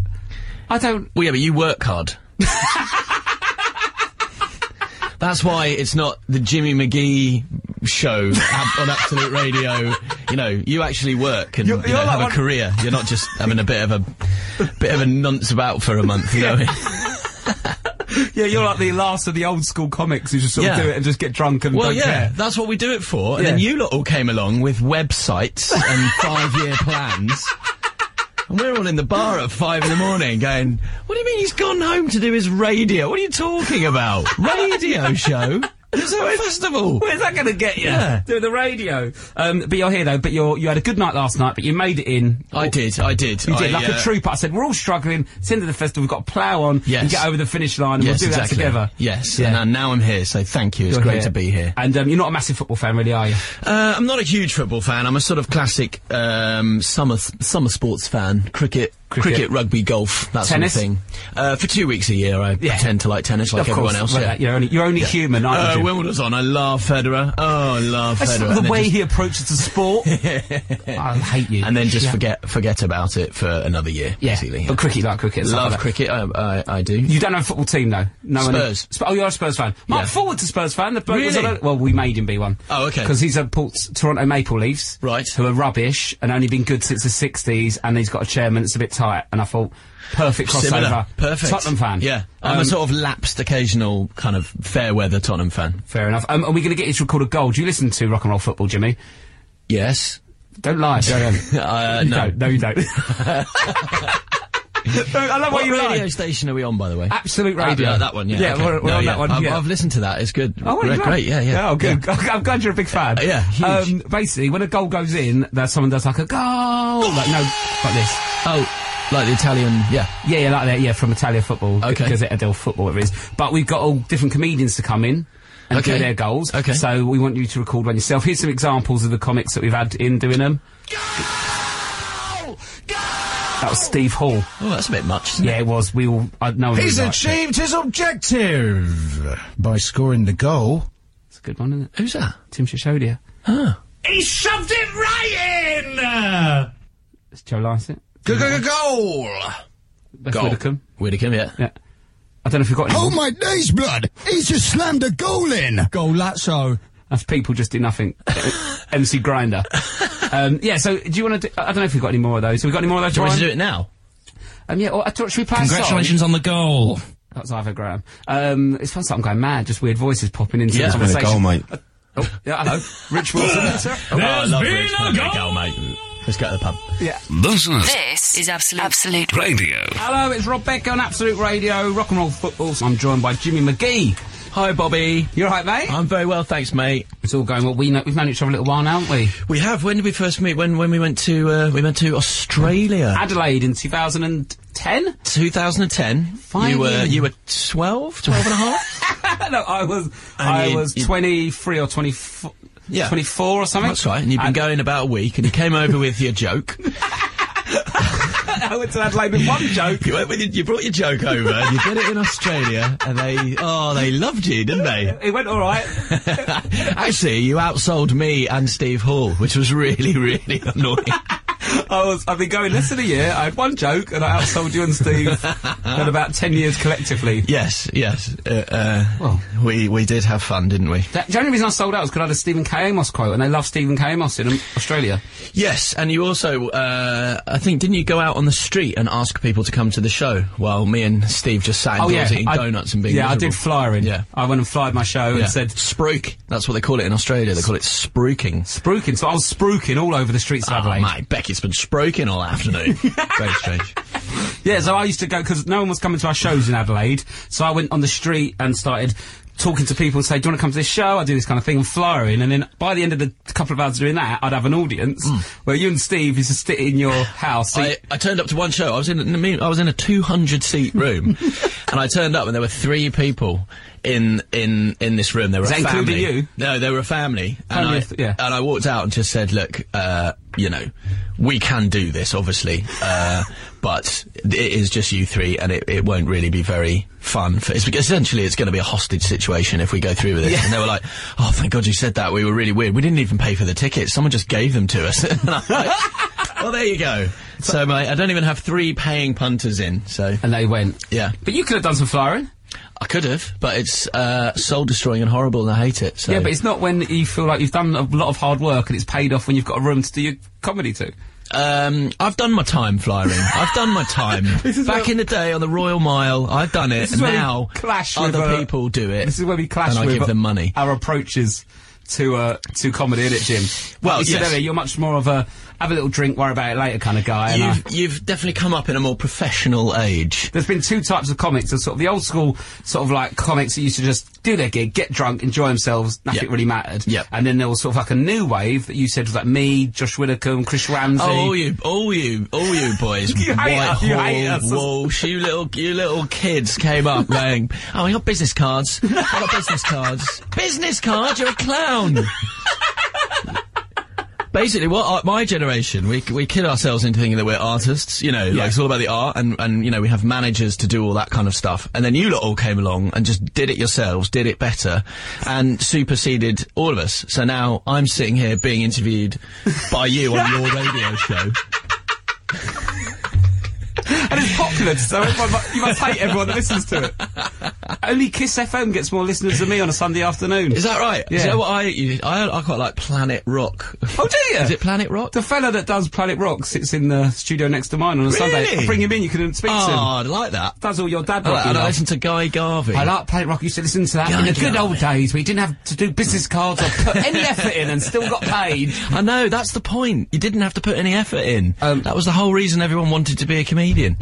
I don't.
Well, yeah, but you work hard. That's why it's not the Jimmy McGee show ab- on Absolute Radio. You know, you actually work and you
You're-
know,
you're like
have
one-
a career. You're not just having a bit of a bit of a nonce about for a month. You know,
Yeah, you're like the last of the old school comics who just sort of
Yeah.
do it and just get drunk and
Well,
don't
yeah,
care.
that's what we do it for. And then
Yeah.
you lot all came along with websites and five-year plans. And we're all in the bar at five in the morning going, what do you mean he's gone home to do his radio? What are you talking about? Radio show? It's a festival.
Where's that going to get you?
Yeah.
Doing the radio. Um, but you're here though. But you're you had a good night last night. But you made it in.
I did, I did.
You did
Oh, I,
like
uh,
a trooper. I said we're all struggling. It's the end of the festival. We've got to plough on.
Yes.
And get over the finish line. And
Yes,
we'll do
exactly.
that together.
Yes,
Yeah.
and uh, now I'm here, so thank you. It's
You're
great to be here.
And um, you're not a massive football fan, really, are you?
Uh, I'm not a huge football fan. I'm a sort of classic um, summer summer sports fan. Cricket,
Cricket.
cricket, rugby, golf, that
Tennis?
sort of thing. Uh, for two weeks a year, I
Yeah.
pretend to like tennis, like
of course.
everyone else.
well,
yeah.
You're only, you're only human, aren't
Uh,
you? Jim?
Wimbledon's on. I love Federer. Oh, I love
That's
Federer.
the
And then
way
just-
he approaches the sport. I hate you.
and then just
Yeah.
forget forget about it for another year.
Yeah,
basically.
but cricket, like cricket, and stuff
love
like that.
cricket. I, I, I do.
You don't have a football team though. No one-
Spurs.
Sp- oh, you're a Spurs fan. Mark
Yeah.
Forward's a Spurs fan. The bloke was
Really?
on a- well, we made him be one.
Oh, okay.
Because he's a Port- Toronto Maple Leafs,
Right.
Who are rubbish and only been good since the '60s, and he's got a chairman that's a bit tight. And I thought, perfect crossover.
Similar. Perfect.
Tottenham fan.
Yeah. I'm
Um,
a sort of lapsed occasional kind of fair weather Tottenham fan.
Fair enough. Um, are we going to get you to record a goal? Do you listen to rock and roll football, Jimmy?
Yes.
Don't lie. Don't.
Uh,
you
no.
don't. No, you don't. I love
What
what you
radio
lie.
station are we on, by the way?
Absolute radio.
Uh, that one, yeah.
Yeah,
okay.
we're, we're
No,
on
yeah.
that one.
I've,
yeah.
I've listened to that. It's good.
Oh, well,
great,
you are.
great, yeah, yeah.
Oh, good. I'm glad you're a big fan.
Uh, yeah, huge.
Um, basically, when a goal goes in, that someone does like a goal, like no, like this.
Oh, Like the Italian, yeah.
Yeah, yeah, like that. Yeah, from Italia Football.
Okay.
Gazzetta del Football, whatever it is. But we've got all different comedians to come in and do
Okay.
their goals.
Okay.
So we want you to record one yourself. Here's some examples of the comics that we've had in doing them. That was Steve Hall.
Oh, that's a bit much. Isn't it?
Yeah, it was. We all. I know.
He's achieved his objective by scoring the goal.
It's a good one, isn't it?
Who's that?
Tim Shishodia.
He shoved it right in.
It's Joe Lycett.
Go go go goal!
Beth
Goal.
Whittaker.
Whittaker, yeah.
Yeah. I don't know if you've got any.
Oh my days, blood! He's just slammed a goal in. Goal Lazzo.
That's people just do nothing. MC Grinder. Um, yeah, so do you want to do, I don't know if we've got any more of those. Have we got any more of those,
Do you want
Brian?
us to do it now?
Um, yeah, or, I thought, should we play a song?
Congratulations on the goal.
That's Ivor Graham. Um, it's sounds like I'm going mad, just weird voices popping into
Yeah.
the
It's been a
conversation.
goal, mate.
Oh, yeah, hello. Rich Wilson.
Oh, I love
been
Rich.
a
Okay,
goal.
mate. Let's go to the pub.
This is
This is Absolute, Absolute
Radio.
Oh, hello, it's Rob Beck on Absolute Radio, Rock and Roll Football. I'm joined by Jimmy McGee.
Hi, Bobby.
You're right, mate?
I'm very well, thanks, mate.
it's all going well. We know, we've known each other a little while now, haven't we?
We have. When did we first meet? When when we went to uh, we went to Australia,
Adelaide in 2010?
2010.
Five
you were
years.
you were 12, 12 and a half.
no, I was
And
I
you-
was
you-
23 or 24,
Yeah.
24 or something.
That's right. And you've been
And
going about a week, and you came over with your joke.
I went to Adelaide with one joke.
You went with your, you brought your joke over, and you did it in Australia, and they oh they loved you, didn't they?
It went all right.
Actually, you outsold me and Steve Hall, which was really really annoying.
I was, I've been going less than a year. I had one joke and I outsold you and Steve at about 10 years collectively.
yes, yes. Uh, uh,
Well.
we we did have fun, didn't we?
That, the only reason I sold out was because I had a Stephen K. Amos quote and they love Stephen K. Amos in um, Australia.
Yes, and you also, uh, I think, didn't you go out on the street and ask people to come to the show while me and Steve just sat indoors eating
Oh, I-
donuts and being
Yeah, I did
miserable?
flyering.
Oh, Yeah.
I went and flyed my show
Yeah.
and said,
spruik. That's what they call it in Australia. They call it spruiking.
spruiking. So I was spruiking all over the streets of
Oh,
Adelaide.
mate, Becky's been spruiking all afternoon. Very strange.
Yeah, so I used to go because no one was coming to our shows in Adelaide. So I went on the street and started talking to people and say, "Do you want to come to this show?" I do this kind of thing and flowering. And then by the end of the couple of hours doing that, I'd have an audience where you and Steve used to sit in your house. So
Hmm. I, I turned up to one show. I was in a- I mean, I was in a 200 seat room, and I turned up and there were three people in in in this room. There were
Is
a
that including
family.
you?
No, they were a family, and
Family
I
of th- yeah.
and I walked out and just said, "Look, uh, you know, we can do this, obviously, uh, but it is just you three, and it, it won't really be very fun. For, it's, essentially, it's going to be a hostage situation if we go through with this." And they were like, "Oh, thank God you said that. We were really weird. We didn't even pay for the tickets. Someone just gave them to us." And I'm like, well, there you go. So, mate, I don't even have three paying punters in. So,
and they went.
yeah,
But you could have done some flowering.
I could have, but it's uh, soul destroying and horrible, and I hate it. So.
Yeah, but it's not when you feel like you've done a lot of hard work and it's paid off when you've got a room to do your comedy to.
Um, I've done my time flying. I've done my time.
is
Back
where-
in the day on the Royal Mile, I've done it.
This is where we
now
clash with,
other
uh,
people do it.
This is where we clash
and I
with uh,
give them money.
our approaches to uh, to comedy, isn't it, Jim?
Well,
Like you said
yes.
earlier, you're much more of a have a little drink, worry about it later kind of guy. and uh, I-
You've, you've definitely come up in a more professional age.
there's been two types of comics. There's sort of the old school, sort of like comics that used to just do their gig, get drunk, enjoy themselves, nothing
Yep.
really mattered.
Yep.
And then there was sort of like a new wave that you said was like me, Josh Widdicombe, Chris Ramsey.
Oh, all you, all you, all you boys,
You hate us, you hate
Whitehall,
us.
Walsh, you little, you little kids came up going, "Oh, I got business cards. I got business cards. business cards. You're a clown." Basically, what our- my generation, we we kid ourselves into thinking that we're artists. You know, like it's all about the art, and and you know we have managers to do all that kind of stuff. And then you lot all came along and just did it yourselves, did it better, and superseded all of us. So now I'm sitting here being interviewed by you on your radio show.
And it's popular, so everyone, mu- you must hate everyone that listens to it. Only Kiss FM gets more listeners than me on a Sunday afternoon.
Is that right?
Yeah.
Do you know what I, you- I I quite like Planet Rock.
oh, do you?
Is it Planet Rock?
the fella that does Planet Rock sits in the studio next to mine on a Sunday. I bring him in, you can speak
oh,
to him.
I like that.
Does all your dad
I,
rock
like,
you
and I
love.
listen to Guy Garvey.
I like Planet Rock. I used to listen to that in the
Guy
good old days where you didn't have to do business cards or put any effort in and still got paid.
I know, that's the point. You didn't have to put any effort in.
Um,
that was the whole reason everyone wanted to be a comedian.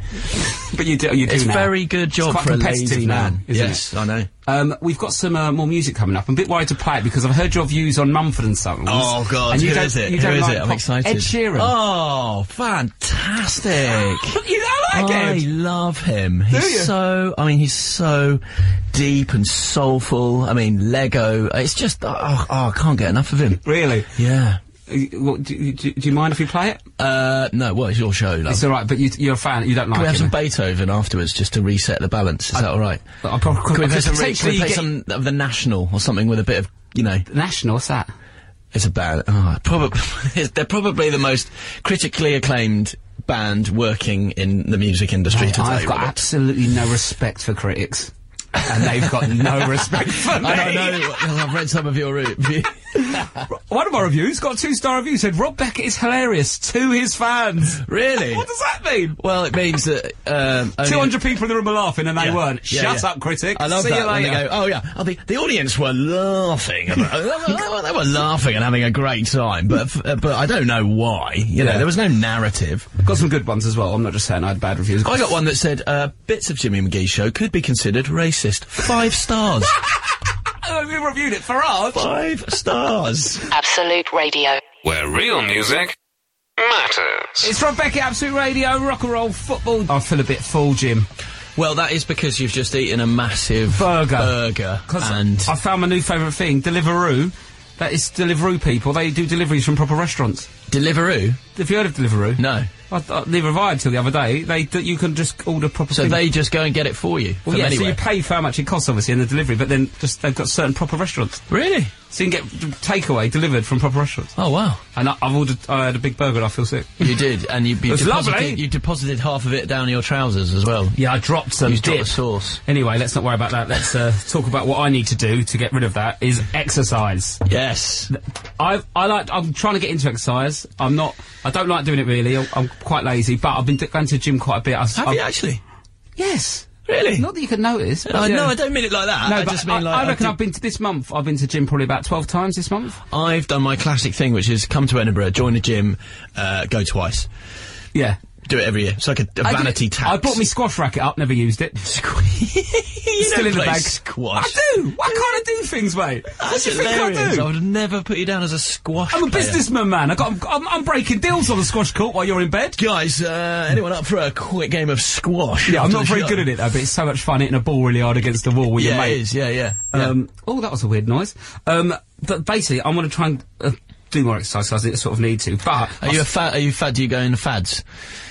But you do, you do
It's
now.
very good job
quite
for a
competitive
lazy
now,
man.
isn't
yes,
it?
I know.
Um, we've got some uh, more music coming up. I'm a bit worried to play it because I've heard your views on Mumford and Sons.
Oh God,
and
who
you don't-
is it?
You
Who
don't
is
like
it? I'm
pop-
excited.
Ed Sheeran.
Oh, fantastic!
Look, you don't like
I
Ed.
love him. He's
you?
so. I mean, he's so deep and soulful. I mean, Lego. It's just. Oh, oh, I can't get enough of him.
Really?
Yeah.
Uh, What, do, do, do you mind if we play it?
Uh, no. Well, it's your show, love.
It's all right, but you, you're a fan. You don't like
Can we have
it.
some Beethoven afterwards just to reset the balance? Is that all right?
But I probably-
Can we play,
because
some, can we
essentially you
play
get-
some of the National or something with a bit of, you know,
National, what's that?
it's a band. Oh, probably, they're probably the most critically acclaimed band working in the music industry
Mate,
today.
Oh, I've got
Robert.
absolutely no respect for critics. and they've got no respect for me.
I don't know. well, I've read some of your review.
One of our reviews got a two-star review. Said Rob Beckett is hilarious to his fans.
really?
What does that mean?
well, it means that um, only-
200 people in the room were laughing and they
Yeah.
weren't.
Yeah,
Shut
yeah.
up, critic.
I love
See
that.
you
when
later.
they go, oh yeah, oh, the, the audience were laughing. About, they were laughing and having a great time, but f- uh, but I don't know why. You know,
Yeah.
there was no narrative.
Got some good ones as well. I'm not just saying I had bad reviews.
I got one that said uh, bits of Jimmy McGee's show could be considered racist. Five stars.
Oh, we reviewed it for us.
Five stars.
Absolute Radio.
Where real music matters.
It's from Beckett Absolute Radio, rock and roll football. I feel a bit full, Jim.
Well, that is because you've just eaten a massive
Burger.
burger
Because
and
I found my new favourite thing, Deliveroo. That is Deliveroo people. They do deliveries from proper restaurants.
Deliveroo.
Have you heard of Deliveroo?
No,
I, I never have until the other day. They that you can just order proper.
so
things.
they just go and get it for you.
Well,
from
yeah, so
anywhere.
you pay for how much it costs, obviously, in the delivery, but then just they've got certain proper restaurants,
really?
so you can get d- takeaway delivered from proper restaurants.
Oh wow.
And I, I've ordered. I had a big burger. and I feel sick.
You did, and you, you
It's
deposited,
lovely.
you deposited half of it down your trousers as well.
Yeah, I dropped some.
You dropped the sauce.
Anyway, let's not worry about that. Let's uh, talk about what I need to do to get rid of that. Is exercise.
Yes.
I've, I like. I'm trying to get into exercise. I'm not. I don't like doing it really. I'm, I'm quite lazy, but I've been d- going to the gym quite a bit. I,
Have you actually?
Yes.
Really?
Not that you can notice. but
Uh,
yeah.
No, I don't mean it like that.
No,
I
but
just mean
I,
like
I reckon
did-
I've been to this month. I've been to gym probably about twelve times this month.
I've done my classic thing, which is come to Edinburgh, join a gym, uh, go twice,
Yeah,
do it every year. It's like a, a vanity tax.
I bought my squash racket up. Never used it.
still
Still in the bag.
Squash.
I do. Why can't I do things, mate? What
That's
do you think I
hilarious. I
do?
would have never put you down as a squash.
I'm a
player.
businessman, man. I got. I'm, I'm breaking deals on the squash court while you're in bed.
Guys, uh, anyone up for a quick game of squash?
Yeah, I'm
after
not
the
very
show?
good at it though, but it's so much fun hitting a ball really hard against the wall with your
Yeah,
mate.
it is. Yeah, yeah. yeah.
Um, oh, that was a weird noise. Um, but basically, I want to try and uh, do more exercise. I sort of need to, but
Are you a fad? Are you fad? Do you go in fads?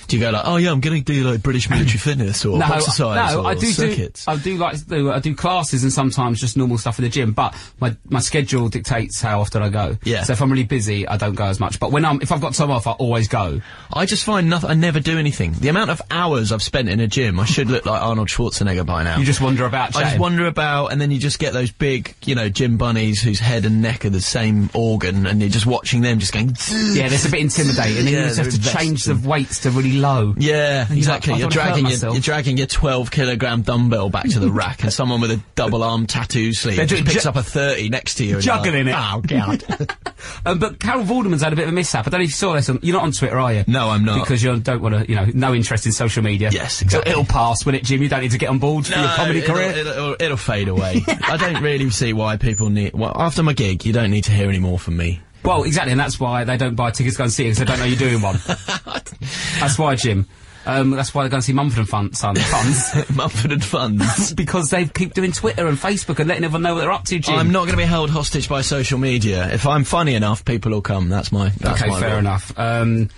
Do you go like, oh yeah, I'm going to do like British military fitness or
no,
exercise
no,
or
I do
circuits?
do. I do like to do. I do classes and sometimes just normal stuff in the gym. But my my schedule dictates how often I go.
Yeah.
So if I'm really busy, I don't go as much. But when I'm if I've got time off, I always go.
I just find nothing. I never do anything. The amount of hours I've spent in a gym, I should look like Arnold Schwarzenegger by now.
You just wander about.
I just
chatting.
wander about, and then you just get those big, you know, gym bunnies whose head and neck are the same organ, and you're just watching them, just going.
Yeah, that's a bit intimidating. And
Yeah,
you just have
they're
to change the
invested.
weights to really low.
Yeah,
you're
exactly.
like, I don't wanna
You're
hurt
dragging your
myself.
you're dragging your 12 kilogram dumbbell back to the rack, and someone with a double arm tattoo sleeve
They're
just
ju-
picks
ju-
up a 30 next to you, and you're
Juggling
like,
it.
Oh god.
Um, but Carol Vorderman's had a bit of a mishap. I don't know if you saw this. On, you're not on Twitter, are you?
No, I'm not.
Because you don't want to, you know, no interest in social media.
Yes, exactly.
It'll, it'll pass, will it, Jim? You don't need to get on board for your comedy
it'll,
career.
It'll, it'll- it'll fade away. I don't really see why people need. Well, after my gig, you don't need to hear any more from me.
Well, exactly, and that's why they don't buy tickets to go and see it because they don't know you're doing one. that's why, Jim. Um, that's why they go and see Mumford and Fun, Son, Funds
Mumford and Funds.
because they keep doing Twitter and Facebook and letting everyone know what they're up to, Jim.
I'm not going to be held hostage by social media. If I'm funny enough, people will come. That's my. That's
okay,
my
fair
rule.
enough. Um,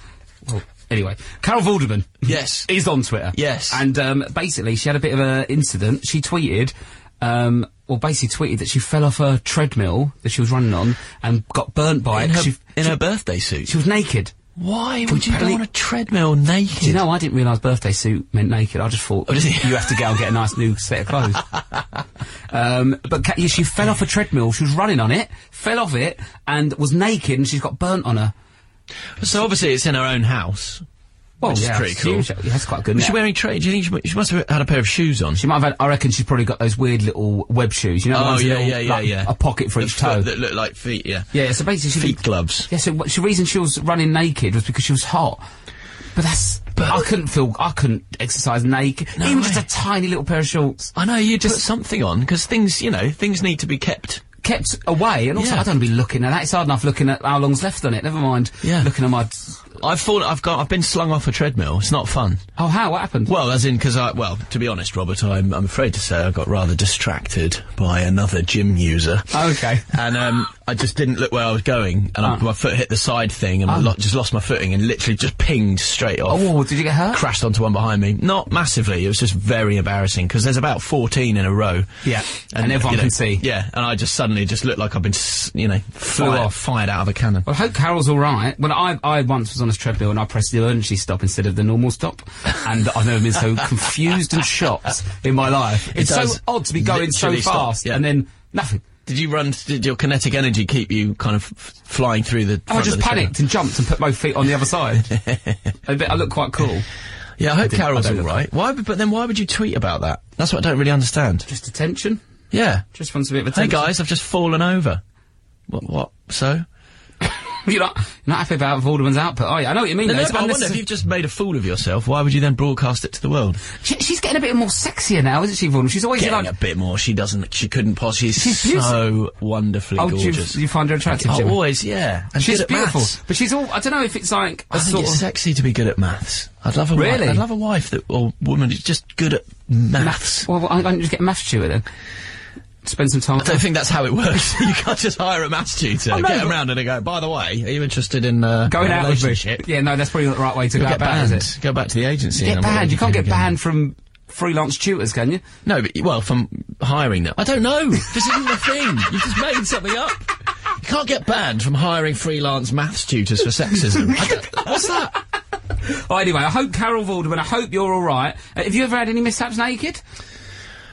well, anyway, Carol Vorderman.
Yes.
is on Twitter.
Yes.
And um, basically, she had a bit of an incident. She tweeted, um, well, basically tweeted that she fell off a treadmill that she was running on and got burnt by
In
it.
her,
she,
in
she-
her birthday suit.
she was naked.
Why would you go
Compelling-
on a treadmill naked?
Do you know, I didn't realise birthday suit meant naked. I just thought,
Oh, did you?
you have to go and get a nice new set of clothes. um, but ca- yeah, she fell off a treadmill. She was running on it, fell off it, and was naked, and she's got burnt on her.
So obviously it's in her own house.
Well,
Which is
yeah,
pretty
she-
cool.
she- yeah, that's quite good.
Was
isn't
she
it?
wearing tra- Do you think she, mu- she must have had a pair of shoes on?
She might have had. I reckon she's probably got those weird little web shoes. You know, the
oh
ones
yeah,
that
yeah,
all-
yeah,
like
yeah.
A pocket for
The
each
foot
toe.
that look like feet. Yeah.
yeah, so basically, she
Feet gloves.
Yeah, so what- the reason she was running naked was because she was hot. But that's. But I couldn't feel. I couldn't exercise naked. Even just
way.
a tiny little pair of shorts
I know you just put something on because things, you know, things need to be kept.
kept away. And also,
Yeah.
I don't want to be looking at that. It's hard enough looking at how long's left on it. Never mind.
Yeah.
Looking at my.
I've fallen. I've got. I've been slung off a treadmill. It's not fun.
Oh, how? What happened?
Well, as in, because I, well, to be honest, Robert, I'm, I'm afraid to say I got rather distracted by another gym user.
Oh, Okay. Ah.
And um, I just didn't look where I was going, and I, my foot hit the side thing, and I lo- just lost my footing, and literally just pinged straight off.
Oh, did you get hurt?
Crashed onto one behind me. Not massively. It was just very embarrassing because there's about 14 in a row.
Yeah. And everyone
you know,
can see.
Yeah. And I just suddenly just looked like I've been, s- you know, flew
Fired.
off, fired out of a cannon.
Well, I hope Carol's all right. Well, I, I once was on a treadmill and I pressed the emergency stop instead of the normal stop, and I've never been so confused and shocked in my life. It's so
does
odd to be going so
literally stop,
fast
yeah.
and then nothing.
Did you run? Did your kinetic energy keep you kind of f- flying through the?
I
front
just
of the treadmill?
panicked and jumped and put both feet on the other side. I bet I look quite cool.
Yeah, I hope
didn't-
Carol's
I
all
don't know.
right. Why? would- But then why would you tweet about that? That's what I don't really understand.
Just attention.
Yeah.
Just wants a bit of
Hey
attention.
guys, I've just fallen over. What? What? So?
You're not, you're not happy about Alderman's output, are you? I know what you mean.
No,
though.
no,
It's
but I wonder if
unnecessary-
you've just made a fool of yourself. Why would you then broadcast it to the world?
She- she's getting a bit more sexier now, isn't she, Vaughan? She's always
Getting
like,
a bit more. She doesn't. She couldn't possibly. She's,
She's beautiful.
so wonderfully
oh, do you,
gorgeous.
do you find her attractive?
oh,
Jimmy?
always, yeah. And
she's
good at
beautiful,
maths.
but she's all. I don't know if it's like a
I think
sort
it's
of.
sexy to be good at maths. I'd love a wi-
Really?
I'd love a wife that or woman who's just good at maths.
Well, I'm going to just get a maths tutor then. Spend some time.
I don't think that's how it works. you can't just hire a maths tutor,
Oh, no,
get
but-
around and they go, by the way, are you interested in uh,
Going
a
out with me.
relationship?
Yeah, no, that's probably not the right way to go
You'll get
about it,
banned.
is it?
Go back to the agency.
Get
and I'm
banned. You can't get
again.
banned from freelance tutors, can you?
No, but, well, from hiring them. I don't know. This isn't the thing. You've just made something up. You can't get banned from hiring freelance maths tutors for sexism. I don't- What's that?
Oh, anyway, I hope Carol Vorderman, I hope you're all right. Uh, have you ever had any mishaps naked?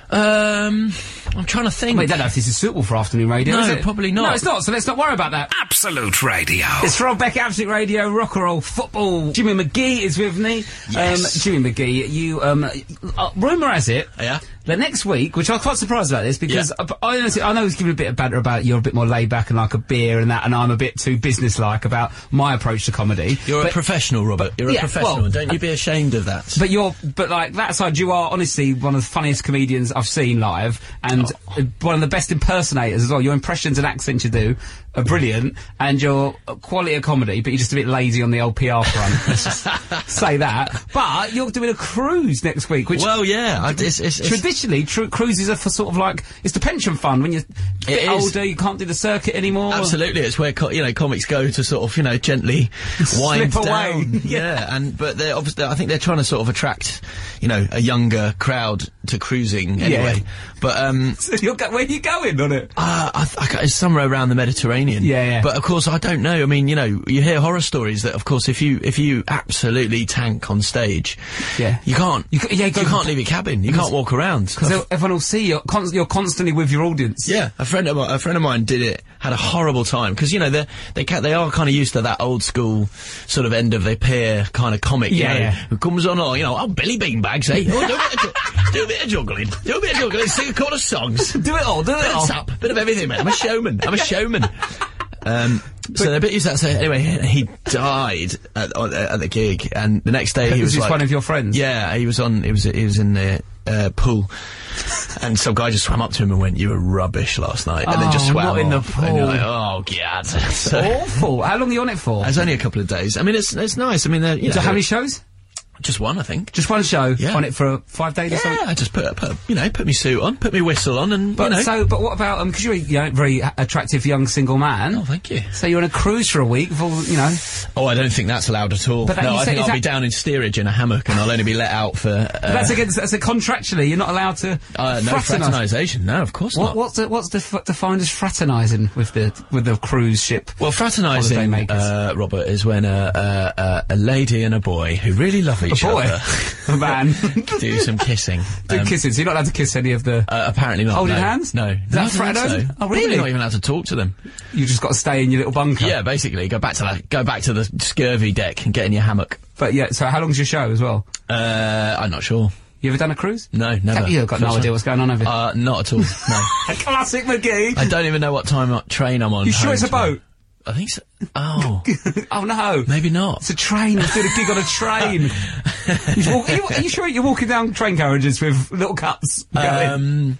Um, I'm trying to think.
Wait, I don't know if this is suitable for afternoon radio.
No,
is it?
probably not.
No, it's not. So let's not worry about that.
Absolute Radio.
It's Rob Beck, Absolute Radio, Rock and Roll Football. Jimmy McGee is with me.
Yes.
Um, Jimmy McGee, you, um, uh, rumour has it,
Yeah.
the next week, which I'm quite surprised about this because
Yeah.
I, I, honestly, I know he's given a bit of banter about you're a bit more laid back and like a beer and that, and I'm a bit too businesslike about my approach to comedy.
You're a
but,
professional, Robert. You're
Yeah,
a professional.
well-
don't you be ashamed of that.
but you're, but like that side, you are honestly one of the funniest comedians I've seen live, and uh
Oh.
one of the best impersonators as well. Your impressions and accents you do are brilliant, and your quality of comedy, but you're just a bit lazy on the old PR front. Let's just say that. But you're doing a cruise next week, which
well, yeah. I, it's, it's, it's,
traditionally tru- cruises are for sort of like it's the pension fund when you're a bit
It is.
older, you can't do the circuit anymore.
Absolutely, it's where co- you know comics go to sort of you know gently wind
Slip away.
down.
Yeah.
yeah. and but they're obviously I think they're trying to sort of attract you know a younger crowd to cruising anyway. But um,
So you're go- where are you going on it?
uh, I, th- I, ca- it's somewhere around the Mediterranean.
Yeah, yeah.
But of course, I don't know. I mean, you know, you hear horror stories that, of course, if you if you absolutely tank on stage,
Yeah.
you can't.
You ca- yeah, you
you
go-
can't leave your cabin. You can't walk around.
Because everyone will see you're, const- you're constantly with your audience.
Yeah, a friend of mine, a friend of mine did it. Had a horrible time because you know they they ca- they are kind of used to that old school sort of end of their pier kind of comic.
Yeah,
you know,
yeah.
who comes on all you know, oh Billy Beanbags, eh? Oh, do, a bit of, ju- do a bit of juggling, do a bit of juggling, sing a couple of songs,
Do it all, do it all.
dance up, bit of everything, man. I'm a showman. I'm a showman. Um, so they're a bit used to that. So anyway, he he died at, on- at the gig, and the next day he
This
was
is
like,
one of your friends.
yeah, he was on. He was. He was in the uh, pool, and some guy just swam up to him and went, "You were rubbish last night," and then just
Oh,
swam
not in the
off. And you're
pool.
like, "Oh god!" so,
Awful. How long are you on it for?
It's only a couple of days. I mean, it's it's nice. I mean, they're- you
so
know,
how many shows?
just one, I think.
Just one show
Yeah.
on it for five days or
Yeah,
something?
I just put, put you know put my suit on, put my whistle on, and
But
you know.
so, but what about, um, because you're a you know, very a- attractive young single man.
oh, thank you.
so you're on a cruise for a week, for, you know.
Oh, I don't think that's allowed at all.
But that-
no,
you
I
say-
think
is
I'll be
that-
down in steerage in a hammock, and I'll only be let out for uh,
that's against, that's a contractually, you're not allowed to
uh, no
fraternise.
fraternisation. No, of course
What,
not.
what's the, what's def defined as fraternising with the with the cruise ship?
Well,
Holiday
fraternising,
makers.
uh, Robert, is when a, a, a, a lady and a boy who really love each
boy,
other
a man,
do some kissing.
do
Um,
kisses. You're not allowed to kiss any of the.
uh, apparently not.
Holding
no.
hands?
No.
Is that
No, I don't think
fraternising?
so.
Oh, really? Oh.
You're not even allowed to talk to them.
you just got to stay in your little bunker.
Yeah, basically, go back to the go back to the scurvy deck and get in your hammock.
But yeah. So how long's your show as well?
Uh, I'm not sure.
You ever done a cruise?
No, never.
You've got no
First
idea
one.
what's going on over here.
Uh, not at all. No.
Classic McGee.
I don't even know what time uh, train I'm on.
You sure
home
it's a
tomorrow.
boat?
I think so. Oh,
oh no.
maybe not.
It's a train. He's doing a gig on a train. He's walk- are, you, are you sure you're walking down train carriages with little cups? going?
Um,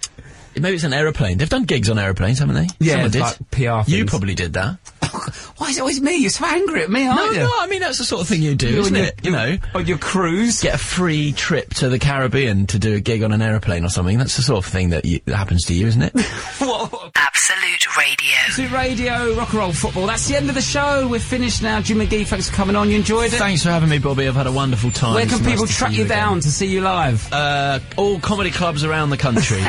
maybe it's an aeroplane. They've done gigs on aeroplanes, haven't they?
Yeah,
Someone did.
like PR
You
things.
probably did that.
Why is it always me? You're so angry at me,
No,
aren't you?
no, I mean that's the sort of thing you do,
You
isn't
on
it? You know,
on your cruise.
get a free trip to the Caribbean to do a gig on an aeroplane or something. That's the sort of thing that, you, that happens to you, isn't it?
What- what-
Absolute Radio.
Absolute Radio, rock and roll football. That's the end of the show. We're finished now. Jim McGee, thanks for coming on. You enjoyed it.
Thanks for having me, Bobby. I've had a wonderful time.
Where
It's
can
nice
people
to see
track you,
again.
down to see you live?
Uh, all comedy clubs around the country.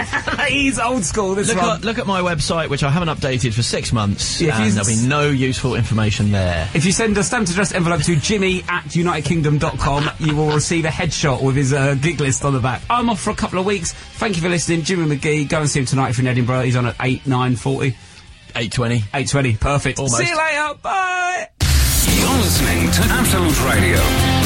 He's old school. This
look,
one.
at, look at my website, which I haven't updated for six months,
Yeah, if you
and
s-
there'll be no useful information there.
If you send a stamped address envelope to jimmy at unitedkingdom.com, you will receive a headshot with his uh, gig list on the back. I'm off for a couple of weeks. Thank you for listening. Jimmy McGee, go and see him tonight if you're in Edinburgh. He's on at 8, 9.40,
820.
8.20. Perfect.
Almost.
See you later. Bye.
You're listening to Absolute Radio.